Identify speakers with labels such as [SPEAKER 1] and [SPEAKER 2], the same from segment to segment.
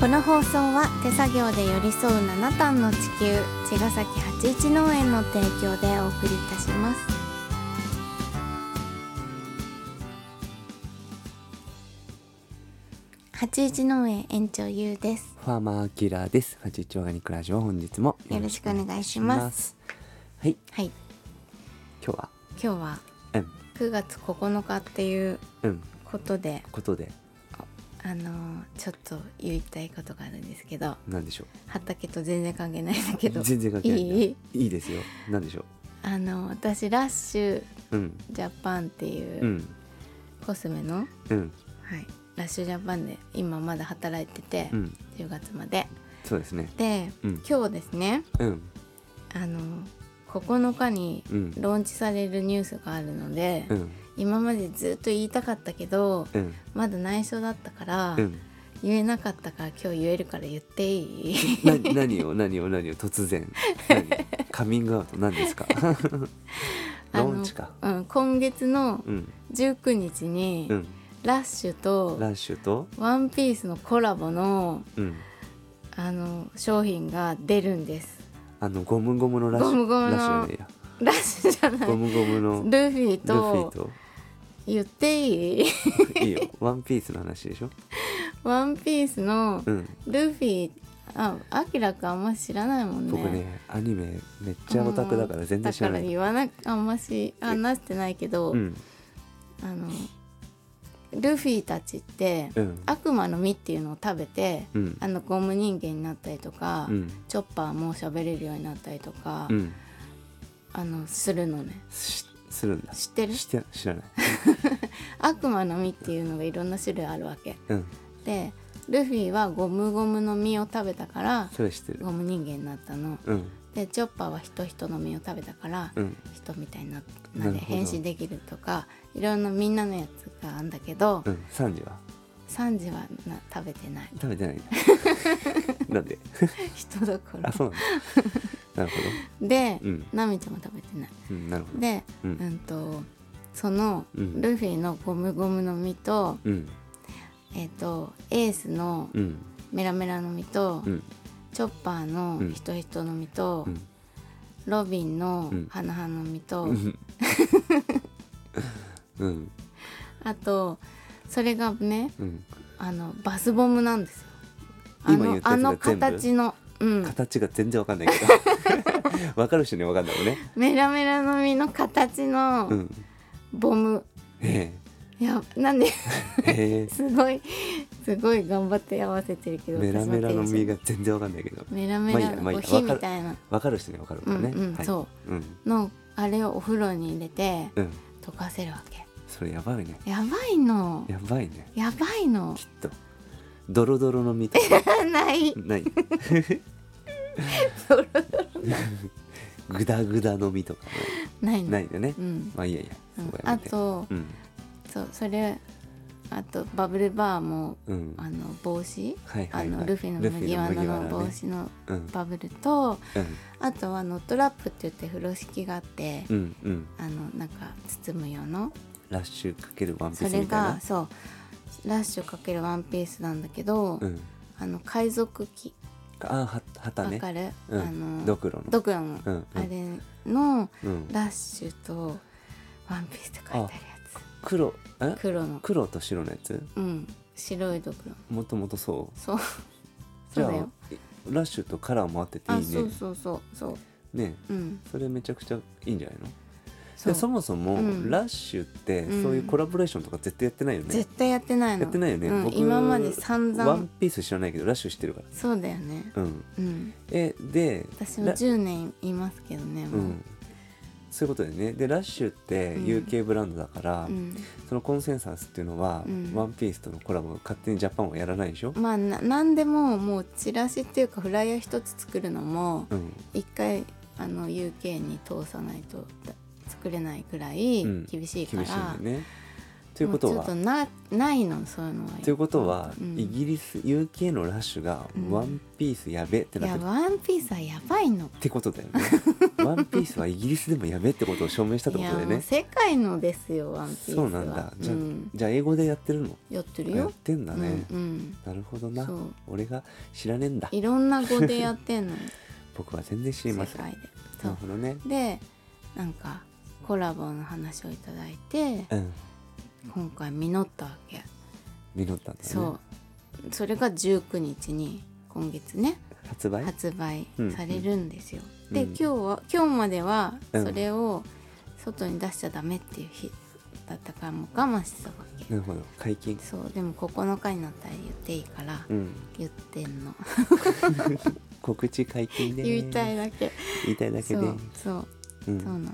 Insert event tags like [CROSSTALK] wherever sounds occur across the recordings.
[SPEAKER 1] この放送は手作業で寄り添う7単の地球茅ヶ崎八一農園の提供でお送りいたします八一農園園長ゆうです
[SPEAKER 2] ファーマーアキラーです。八一オーガニックラジオ本日も
[SPEAKER 1] よろしくお願いします
[SPEAKER 2] はい、
[SPEAKER 1] はい
[SPEAKER 2] 今日は
[SPEAKER 1] 今日は
[SPEAKER 2] うん
[SPEAKER 1] 9月9日っていう
[SPEAKER 2] うん
[SPEAKER 1] ことで
[SPEAKER 2] ことで
[SPEAKER 1] あのーちょっと言いたいことがあるんですけど
[SPEAKER 2] なんでしょ
[SPEAKER 1] 畑と全然関係ないんだけ
[SPEAKER 2] う。
[SPEAKER 1] ど
[SPEAKER 2] 全然関係ないんだ。
[SPEAKER 1] いい
[SPEAKER 2] いいですよ。なんでしょ
[SPEAKER 1] あの私ラッシュ
[SPEAKER 2] う。うん
[SPEAKER 1] ジャパンっていううんコスメの、は
[SPEAKER 2] うん
[SPEAKER 1] い、ラッシュジャパンで今まだ働いてて、
[SPEAKER 2] うん
[SPEAKER 1] 10月まで
[SPEAKER 2] そうですね。
[SPEAKER 1] で
[SPEAKER 2] うん
[SPEAKER 1] 今日ですね
[SPEAKER 2] うん
[SPEAKER 1] あの9日に
[SPEAKER 2] うん
[SPEAKER 1] ローンチされるニュースがあるので、
[SPEAKER 2] うん
[SPEAKER 1] 今までずっと言いたかったけど、
[SPEAKER 2] うん
[SPEAKER 1] まだ内緒だったから、
[SPEAKER 2] うん。
[SPEAKER 1] 言えなかったから今日言えるから言っていい [LAUGHS]
[SPEAKER 2] な何を何を何を突然何カミングアウト何
[SPEAKER 1] [LAUGHS]
[SPEAKER 2] ですか。
[SPEAKER 1] あ
[SPEAKER 2] [LAUGHS] ロ
[SPEAKER 1] の
[SPEAKER 2] ーンチか。
[SPEAKER 1] うん、今月の
[SPEAKER 2] うん
[SPEAKER 1] 19日に、
[SPEAKER 2] うん
[SPEAKER 1] ラッシュと
[SPEAKER 2] ラッシュと
[SPEAKER 1] ワンピースのコラボの
[SPEAKER 2] うん
[SPEAKER 1] あの商品が出るんです
[SPEAKER 2] あのゴムゴムのラッシュ
[SPEAKER 1] ゴムゴムの
[SPEAKER 2] ラッシュじゃね
[SPEAKER 1] ラッシュじゃ
[SPEAKER 2] え
[SPEAKER 1] な
[SPEAKER 2] や
[SPEAKER 1] い
[SPEAKER 2] ゴムゴ
[SPEAKER 1] [LAUGHS]
[SPEAKER 2] ムのル
[SPEAKER 1] ルフィ
[SPEAKER 2] フィ
[SPEAKER 1] と
[SPEAKER 2] と
[SPEAKER 1] 言っていい [LAUGHS]
[SPEAKER 2] いいよワンピースの話でしょ。
[SPEAKER 1] ワンピースの
[SPEAKER 2] うん。
[SPEAKER 1] ルフィあアキラくんあんま知らないもんね
[SPEAKER 2] 僕ねアニメめっちゃオタクだから全然知らな
[SPEAKER 1] うん
[SPEAKER 2] い
[SPEAKER 1] だから言わなあんまし話してないけど、
[SPEAKER 2] うん
[SPEAKER 1] あのルフィたちって、
[SPEAKER 2] うん
[SPEAKER 1] 悪魔の実っていうのを食べて、
[SPEAKER 2] うん
[SPEAKER 1] あのゴム人間になったりとか、
[SPEAKER 2] うん
[SPEAKER 1] チョッパーも喋れるようになったりとか、
[SPEAKER 2] うん
[SPEAKER 1] あのするのね
[SPEAKER 2] しするんだ
[SPEAKER 1] 知ってる
[SPEAKER 2] して知らない
[SPEAKER 1] 悪魔の実っていうのがいろんな種類あるわけ
[SPEAKER 2] うん
[SPEAKER 1] でルフィはゴムゴムの実を食べたから
[SPEAKER 2] それ知ってる
[SPEAKER 1] ゴム人間になったの
[SPEAKER 2] うん
[SPEAKER 1] でチョッパーは人人の実を食べたから、
[SPEAKER 2] うん
[SPEAKER 1] 人みたいにな
[SPEAKER 2] な
[SPEAKER 1] ま
[SPEAKER 2] るほ
[SPEAKER 1] で
[SPEAKER 2] ど
[SPEAKER 1] 変身できるとかいろんなみんなのやつがあるんだけど、
[SPEAKER 2] うんサンジは
[SPEAKER 1] サンジはな食べてない
[SPEAKER 2] [LAUGHS] 食べてないんだなんで [LAUGHS]
[SPEAKER 1] 人だか
[SPEAKER 2] あ
[SPEAKER 1] ら
[SPEAKER 2] そうなんだなるほ
[SPEAKER 1] で、
[SPEAKER 2] うん
[SPEAKER 1] ナミちゃんも食べてない
[SPEAKER 2] どうんなるほど
[SPEAKER 1] で、う
[SPEAKER 2] うんん
[SPEAKER 1] とその
[SPEAKER 2] うん
[SPEAKER 1] ルフィのゴムゴムの実と,、
[SPEAKER 2] うん
[SPEAKER 1] えっとエースの
[SPEAKER 2] うん
[SPEAKER 1] メラメラの実と、
[SPEAKER 2] うん
[SPEAKER 1] チョッパーの
[SPEAKER 2] うん
[SPEAKER 1] 人人の実と、
[SPEAKER 2] うん
[SPEAKER 1] ロビンの
[SPEAKER 2] うん
[SPEAKER 1] 花々の実と、
[SPEAKER 2] うんうん
[SPEAKER 1] あとそれがね
[SPEAKER 2] うん
[SPEAKER 1] あのバスボムなんですよ。あ
[SPEAKER 2] 今
[SPEAKER 1] の
[SPEAKER 2] 言った
[SPEAKER 1] あ
[SPEAKER 2] やつが
[SPEAKER 1] の
[SPEAKER 2] 全部
[SPEAKER 1] 形の、うん、
[SPEAKER 2] 形が全然わかんないけ [LAUGHS] どわかる人にはわかんないもんね
[SPEAKER 1] メラメラの実の形
[SPEAKER 2] う
[SPEAKER 1] の
[SPEAKER 2] ん
[SPEAKER 1] ボム、
[SPEAKER 2] え
[SPEAKER 1] いやなんで [LAUGHS]
[SPEAKER 2] ええ
[SPEAKER 1] すごいすごい頑張って合わせてるけ
[SPEAKER 2] え
[SPEAKER 1] ど
[SPEAKER 2] メラメラの
[SPEAKER 1] 私はテンション
[SPEAKER 2] 実が全然わかんないけど
[SPEAKER 1] メラメラ
[SPEAKER 2] まあ
[SPEAKER 1] の
[SPEAKER 2] いい
[SPEAKER 1] こう
[SPEAKER 2] や
[SPEAKER 1] 火
[SPEAKER 2] まあいいや
[SPEAKER 1] みたいな
[SPEAKER 2] わかる人にはわかるもんね。
[SPEAKER 1] うんうん
[SPEAKER 2] はい
[SPEAKER 1] そ
[SPEAKER 2] うん。
[SPEAKER 1] のあれをお風呂に入れて
[SPEAKER 2] うん。
[SPEAKER 1] 溶かせるわけ
[SPEAKER 2] それやばいね。
[SPEAKER 1] やばいの
[SPEAKER 2] やばいね。
[SPEAKER 1] やばいの
[SPEAKER 2] きっと。ドロドロの実とか
[SPEAKER 1] ない
[SPEAKER 2] ない。
[SPEAKER 1] [LAUGHS] ドロ
[SPEAKER 2] グダグダの実とか
[SPEAKER 1] ないの
[SPEAKER 2] ないんだね
[SPEAKER 1] う。ん
[SPEAKER 2] まあいいやいや。
[SPEAKER 1] う
[SPEAKER 2] そ
[SPEAKER 1] ん
[SPEAKER 2] こや
[SPEAKER 1] あ
[SPEAKER 2] めて
[SPEAKER 1] と
[SPEAKER 2] うん。
[SPEAKER 1] そうそれあとバブルバーも
[SPEAKER 2] うん。
[SPEAKER 1] あの帽子
[SPEAKER 2] はい
[SPEAKER 1] あ
[SPEAKER 2] はいは
[SPEAKER 1] の
[SPEAKER 2] い。
[SPEAKER 1] ルフィの麦わらの
[SPEAKER 2] 麦
[SPEAKER 1] 帽
[SPEAKER 2] ね
[SPEAKER 1] 子の
[SPEAKER 2] うん
[SPEAKER 1] バブルと
[SPEAKER 2] うん
[SPEAKER 1] あとはノットラップって言って風呂敷があって
[SPEAKER 2] うんうん。
[SPEAKER 1] あのなんか包む用の
[SPEAKER 2] ラッシュかけるワンピ
[SPEAKER 1] そ
[SPEAKER 2] ース
[SPEAKER 1] れ
[SPEAKER 2] みたい
[SPEAKER 1] が
[SPEAKER 2] な。
[SPEAKER 1] そうラッシュかけるワンピースなんだけど、
[SPEAKER 2] うん。
[SPEAKER 1] あの海賊機
[SPEAKER 2] あは旗
[SPEAKER 1] わ
[SPEAKER 2] ね。
[SPEAKER 1] かる、
[SPEAKER 2] う
[SPEAKER 1] あ
[SPEAKER 2] ん。
[SPEAKER 1] の
[SPEAKER 2] ドクロの。
[SPEAKER 1] ドクロの、
[SPEAKER 2] うんうん
[SPEAKER 1] あれの
[SPEAKER 2] うん。
[SPEAKER 1] ラッシュとワンピースって書いてあるや
[SPEAKER 2] 黒え
[SPEAKER 1] つ黒の
[SPEAKER 2] 黒と白のやつ。
[SPEAKER 1] うん白いドクロ
[SPEAKER 2] もともとそう。
[SPEAKER 1] そう
[SPEAKER 2] じ
[SPEAKER 1] そう
[SPEAKER 2] ゃあ
[SPEAKER 1] だよ
[SPEAKER 2] ラッシュとカラーも合っててい
[SPEAKER 1] あ
[SPEAKER 2] い
[SPEAKER 1] そ
[SPEAKER 2] ね
[SPEAKER 1] う。そうそうそう
[SPEAKER 2] ね。
[SPEAKER 1] うん
[SPEAKER 2] それめちゃくちゃいいんじゃないの
[SPEAKER 1] そう
[SPEAKER 2] でそもそも、
[SPEAKER 1] うん
[SPEAKER 2] ラッシュって
[SPEAKER 1] うん
[SPEAKER 2] そういうコラボレーションとか絶対やってないよね
[SPEAKER 1] 絶、対やってないの
[SPEAKER 2] やってないよね、
[SPEAKER 1] うん、
[SPEAKER 2] 僕
[SPEAKER 1] 今まで散
[SPEAKER 2] ワ
[SPEAKER 1] 々
[SPEAKER 2] ンピース知らないけどラッシュ知ってるか
[SPEAKER 1] そうだよね
[SPEAKER 2] らうん
[SPEAKER 1] うん
[SPEAKER 2] えで
[SPEAKER 1] 私も
[SPEAKER 2] ラ
[SPEAKER 1] 10年いますけどね
[SPEAKER 2] う
[SPEAKER 1] もう、
[SPEAKER 2] んそういうことでねでラッシュって
[SPEAKER 1] うん
[SPEAKER 2] UK ブランドだから、
[SPEAKER 1] うん
[SPEAKER 2] そのコンセンサスっていうのは、
[SPEAKER 1] うん
[SPEAKER 2] ワンピースとのコラボ勝手にジャパンはやらないでしょ、
[SPEAKER 1] まあな何でももうチラシっていうかフライヤー一つ作るのも
[SPEAKER 2] うん
[SPEAKER 1] 一回あの UK に通さないとだ作れないくらい
[SPEAKER 2] うん
[SPEAKER 1] 厳しいか
[SPEAKER 2] 厳しいんだ
[SPEAKER 1] ら、
[SPEAKER 2] よねということ
[SPEAKER 1] もうちょっ
[SPEAKER 2] は
[SPEAKER 1] となないのそういうのは
[SPEAKER 2] ということは、
[SPEAKER 1] うん
[SPEAKER 2] イギリス UK のラッシュが
[SPEAKER 1] うん
[SPEAKER 2] 「ワンピースやべ」って
[SPEAKER 1] い
[SPEAKER 2] なっ
[SPEAKER 1] や
[SPEAKER 2] てる、っ
[SPEAKER 1] ワンピースはやばいの
[SPEAKER 2] てことだよ
[SPEAKER 1] [LAUGHS]
[SPEAKER 2] ねワンピースはイギリスでもやべってことを証明したって
[SPEAKER 1] い
[SPEAKER 2] こ
[SPEAKER 1] や
[SPEAKER 2] とだよ
[SPEAKER 1] もう
[SPEAKER 2] ね
[SPEAKER 1] 世界のですよワンピースは
[SPEAKER 2] そうなんだじゃ,、
[SPEAKER 1] うん
[SPEAKER 2] じゃあ英語でやってるの
[SPEAKER 1] やってる
[SPEAKER 2] やっ
[SPEAKER 1] よ
[SPEAKER 2] てんだね、
[SPEAKER 1] うん
[SPEAKER 2] なるほど
[SPEAKER 1] うん、
[SPEAKER 2] な
[SPEAKER 1] そう
[SPEAKER 2] 俺が知らねえんだ
[SPEAKER 1] いろんな語でやってん
[SPEAKER 2] [LAUGHS]
[SPEAKER 1] の
[SPEAKER 2] 僕は全然知り
[SPEAKER 1] 世
[SPEAKER 2] ません
[SPEAKER 1] 界でそ
[SPEAKER 2] なる
[SPEAKER 1] う
[SPEAKER 2] ほどね
[SPEAKER 1] でなんかコラボの話をいただいて
[SPEAKER 2] うん
[SPEAKER 1] 今回実ったわけ
[SPEAKER 2] 実ったんだね
[SPEAKER 1] そうそれが19日に今月ね
[SPEAKER 2] 発売
[SPEAKER 1] 発売されるんですよ、
[SPEAKER 2] うん
[SPEAKER 1] で
[SPEAKER 2] うん
[SPEAKER 1] 今日は今日までは
[SPEAKER 2] うん
[SPEAKER 1] それを外に出しちゃダメっていう日だったからもう我慢してたわけ
[SPEAKER 2] なるほど解禁
[SPEAKER 1] そうでも9日になったら言っていいから
[SPEAKER 2] うん
[SPEAKER 1] 言ってんの
[SPEAKER 2] 告知解禁で
[SPEAKER 1] 言いた
[SPEAKER 2] い
[SPEAKER 1] いだけ
[SPEAKER 2] 言いたいだけ
[SPEAKER 1] そ
[SPEAKER 2] で
[SPEAKER 1] うそう
[SPEAKER 2] う
[SPEAKER 1] そうなんの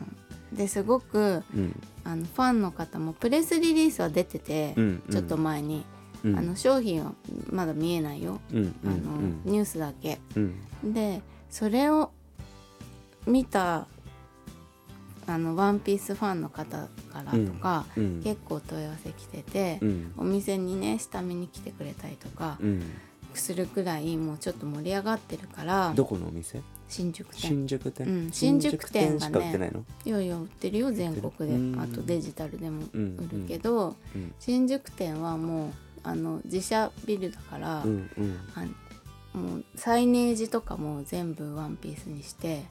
[SPEAKER 1] ですごく
[SPEAKER 2] うん
[SPEAKER 1] あのファンの方もプレスリリースは出てて、
[SPEAKER 2] うん
[SPEAKER 1] ちょっと前に、
[SPEAKER 2] うん
[SPEAKER 1] あの商品はまだ見えないよ、
[SPEAKER 2] うんうんう
[SPEAKER 1] あの
[SPEAKER 2] ん
[SPEAKER 1] ニュースだけ
[SPEAKER 2] うん
[SPEAKER 1] でそれを見たあのワンピースファンの方からとか、
[SPEAKER 2] うん
[SPEAKER 1] 結構問い合わせ来てて、
[SPEAKER 2] うん
[SPEAKER 1] お店にね下見に来てくれたりとか
[SPEAKER 2] うん
[SPEAKER 1] するくらいもうちょっと盛り上がってるから
[SPEAKER 2] どこのお店
[SPEAKER 1] 新宿店
[SPEAKER 2] 新宿店、
[SPEAKER 1] うん新宿店がね
[SPEAKER 2] 新宿しか売ってないの
[SPEAKER 1] いやいや売ってるよ全国
[SPEAKER 2] う
[SPEAKER 1] で
[SPEAKER 2] ん
[SPEAKER 1] あとデジタルでも
[SPEAKER 2] うん
[SPEAKER 1] 売るけど、
[SPEAKER 2] うん
[SPEAKER 1] 新宿店はもうあの自社ビルだから、
[SPEAKER 2] うんうん
[SPEAKER 1] あもうサイネージとかも全部ワンピースにして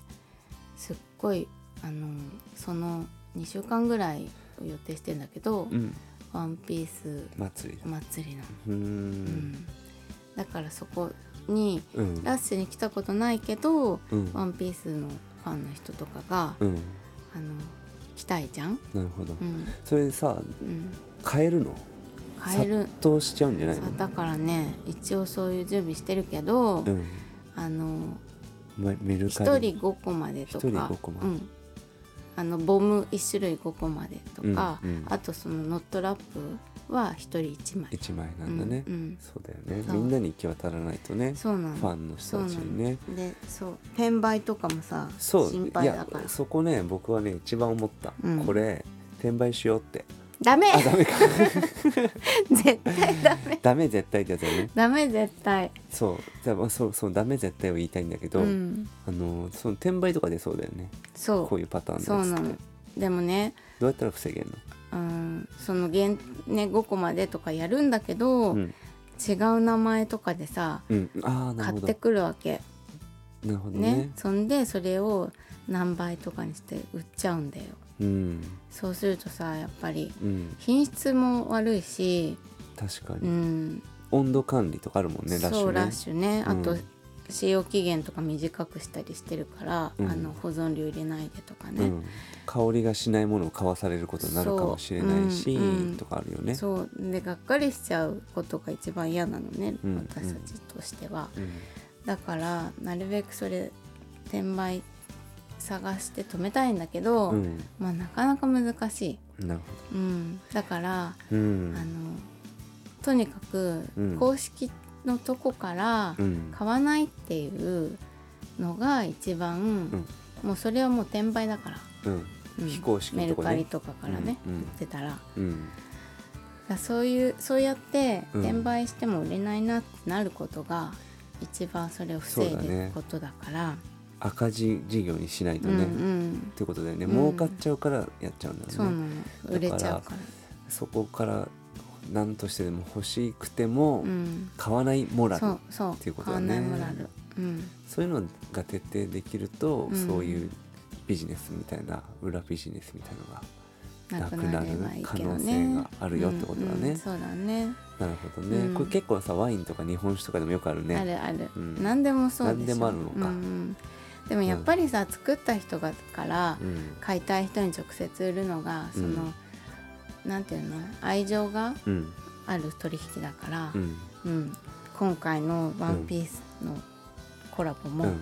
[SPEAKER 1] すっごいあのその2週間ぐらいを予定してんだけど、
[SPEAKER 2] うん
[SPEAKER 1] ワンピース
[SPEAKER 2] 祭りだ
[SPEAKER 1] 祭りなの、
[SPEAKER 2] うー
[SPEAKER 1] うん
[SPEAKER 2] ん
[SPEAKER 1] だからそこに
[SPEAKER 2] うん
[SPEAKER 1] ラッシュに来たことないけど、
[SPEAKER 2] うん
[SPEAKER 1] ワンピースのファンの人とかが、
[SPEAKER 2] うん
[SPEAKER 1] あの来たいじゃん、
[SPEAKER 2] なるほど
[SPEAKER 1] うん
[SPEAKER 2] それでさ
[SPEAKER 1] うん、
[SPEAKER 2] 買えるの
[SPEAKER 1] 買える
[SPEAKER 2] 殺到しちゃうんじゃないの
[SPEAKER 1] さだからね一応そういう準備してるけど、
[SPEAKER 2] うん
[SPEAKER 1] あの
[SPEAKER 2] まメルカ
[SPEAKER 1] 1
[SPEAKER 2] リ
[SPEAKER 1] 人5個までとか
[SPEAKER 2] 一人5個まで
[SPEAKER 1] うん、あのボム1種類5個までとか、
[SPEAKER 2] うんうん
[SPEAKER 1] あとそのノットラップは1人1枚
[SPEAKER 2] 一枚なんだね、
[SPEAKER 1] うんうん
[SPEAKER 2] そうだよね
[SPEAKER 1] そう
[SPEAKER 2] みんなに行き渡らないとね
[SPEAKER 1] そうなの
[SPEAKER 2] ファンの人たちにね
[SPEAKER 1] そうなのでそう転売とかもさ
[SPEAKER 2] そう
[SPEAKER 1] 心配だか
[SPEAKER 2] い
[SPEAKER 1] ら
[SPEAKER 2] やそこね僕はね一番思った、
[SPEAKER 1] うん
[SPEAKER 2] これ転売しようって
[SPEAKER 1] ダメ
[SPEAKER 2] あダメか
[SPEAKER 1] [LAUGHS] 絶対ダメ
[SPEAKER 2] ダメ絶対ってやつだよね
[SPEAKER 1] ダメ絶対
[SPEAKER 2] そうじゃあまあそうそうダメ絶対を言いたいんだけど、
[SPEAKER 1] うん、
[SPEAKER 2] あのその転売とかでそうだよね
[SPEAKER 1] そう
[SPEAKER 2] こういうパターン
[SPEAKER 1] そう
[SPEAKER 2] のや
[SPEAKER 1] な
[SPEAKER 2] つって
[SPEAKER 1] のでもね
[SPEAKER 2] どうやったら防げる
[SPEAKER 1] うんその限ね5個までとかやるんだけど、
[SPEAKER 2] の、うん
[SPEAKER 1] 違う名前とかでさ
[SPEAKER 2] うん、ああ
[SPEAKER 1] 買
[SPEAKER 2] なる
[SPEAKER 1] っ
[SPEAKER 2] ほど
[SPEAKER 1] てくるわけ
[SPEAKER 2] なるほどね
[SPEAKER 1] ねそんでそれを何倍とかにして売っちゃうんだよ
[SPEAKER 2] うん
[SPEAKER 1] そうするとさやっぱり
[SPEAKER 2] うん
[SPEAKER 1] 品質も悪いし、
[SPEAKER 2] 確か
[SPEAKER 1] う
[SPEAKER 2] に、
[SPEAKER 1] ん
[SPEAKER 2] 温度管理とかあるもんねラッシュね
[SPEAKER 1] そうラッシュねあと、
[SPEAKER 2] うん
[SPEAKER 1] 使用期限とか短くしたりしてるから、
[SPEAKER 2] うん
[SPEAKER 1] あの保存料入れないでとか
[SPEAKER 2] う
[SPEAKER 1] ね、
[SPEAKER 2] ん、香りがしないものを買わされることになるかもしれないし、
[SPEAKER 1] そううん
[SPEAKER 2] とかあるよね。
[SPEAKER 1] そうでがっかりしちゃうことが一番嫌なのね、
[SPEAKER 2] うん
[SPEAKER 1] 私たちとしては、
[SPEAKER 2] うん
[SPEAKER 1] だからなるべくそれ転売探して止めたいんだけど、
[SPEAKER 2] うん
[SPEAKER 1] まあなかなか難しい、
[SPEAKER 2] なる
[SPEAKER 1] うん、だから
[SPEAKER 2] ほど。うん
[SPEAKER 1] あのとにかく
[SPEAKER 2] うん
[SPEAKER 1] 公式のとこから
[SPEAKER 2] うん
[SPEAKER 1] 買わないっていうのが一番、もうそれはもう転売だから、
[SPEAKER 2] うん
[SPEAKER 1] うん
[SPEAKER 2] 非公式の
[SPEAKER 1] メル
[SPEAKER 2] とこね
[SPEAKER 1] カリとかからね、
[SPEAKER 2] うんうん
[SPEAKER 1] 売ってたらだか
[SPEAKER 2] うん
[SPEAKER 1] らそういうそうやって
[SPEAKER 2] うん
[SPEAKER 1] 転売しても売れないなってなることが一番それを防い
[SPEAKER 2] そうだ
[SPEAKER 1] で
[SPEAKER 2] ね
[SPEAKER 1] ることだから
[SPEAKER 2] 赤字事業にしないと
[SPEAKER 1] うん
[SPEAKER 2] ね、
[SPEAKER 1] う
[SPEAKER 2] っ
[SPEAKER 1] ん
[SPEAKER 2] てことだよね
[SPEAKER 1] うん
[SPEAKER 2] 儲かっちゃうからやっちゃうんだ
[SPEAKER 1] そう
[SPEAKER 2] よ
[SPEAKER 1] な
[SPEAKER 2] ね、
[SPEAKER 1] の売れちゃうから
[SPEAKER 2] そこから何としてでも欲しくても、
[SPEAKER 1] うん
[SPEAKER 2] 買わないモラル
[SPEAKER 1] そうそ
[SPEAKER 2] っていううこと
[SPEAKER 1] 買わ
[SPEAKER 2] だね
[SPEAKER 1] ないモラルうん
[SPEAKER 2] そういうのが徹底できると、
[SPEAKER 1] うん
[SPEAKER 2] そういうビジネスみたいな裏ビジネスみたい
[SPEAKER 1] な
[SPEAKER 2] のが
[SPEAKER 1] くなればいいけどね
[SPEAKER 2] なくなる可能性があるよってことだね
[SPEAKER 1] うんうんそうだね
[SPEAKER 2] なるほどね、
[SPEAKER 1] うん
[SPEAKER 2] これ結構さワインとか日本酒とかでもよくあるね
[SPEAKER 1] あるある、
[SPEAKER 2] うん
[SPEAKER 1] 何でもそうでしょ
[SPEAKER 2] 何でもあるのか
[SPEAKER 1] うんうんでもやっぱりさ、作った人がから
[SPEAKER 2] うん
[SPEAKER 1] 買いたい人に直接売るのがその、なんていうの愛情が
[SPEAKER 2] うん
[SPEAKER 1] ある取引だから
[SPEAKER 2] う、ん
[SPEAKER 1] うん今回の「ワンピースのコラボも、
[SPEAKER 2] うん
[SPEAKER 1] フ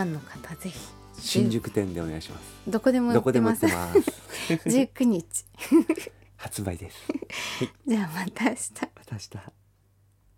[SPEAKER 1] ァンの方ぜひ
[SPEAKER 2] 新宿店でお願いします
[SPEAKER 1] どこでも売
[SPEAKER 2] ど
[SPEAKER 1] っ
[SPEAKER 2] こ
[SPEAKER 1] て
[SPEAKER 2] でも売
[SPEAKER 1] ま
[SPEAKER 2] っ
[SPEAKER 1] す [LAUGHS]
[SPEAKER 2] てます。
[SPEAKER 1] 19日
[SPEAKER 2] 発売です。
[SPEAKER 1] [LAUGHS] じゃあまた明日
[SPEAKER 2] また明日。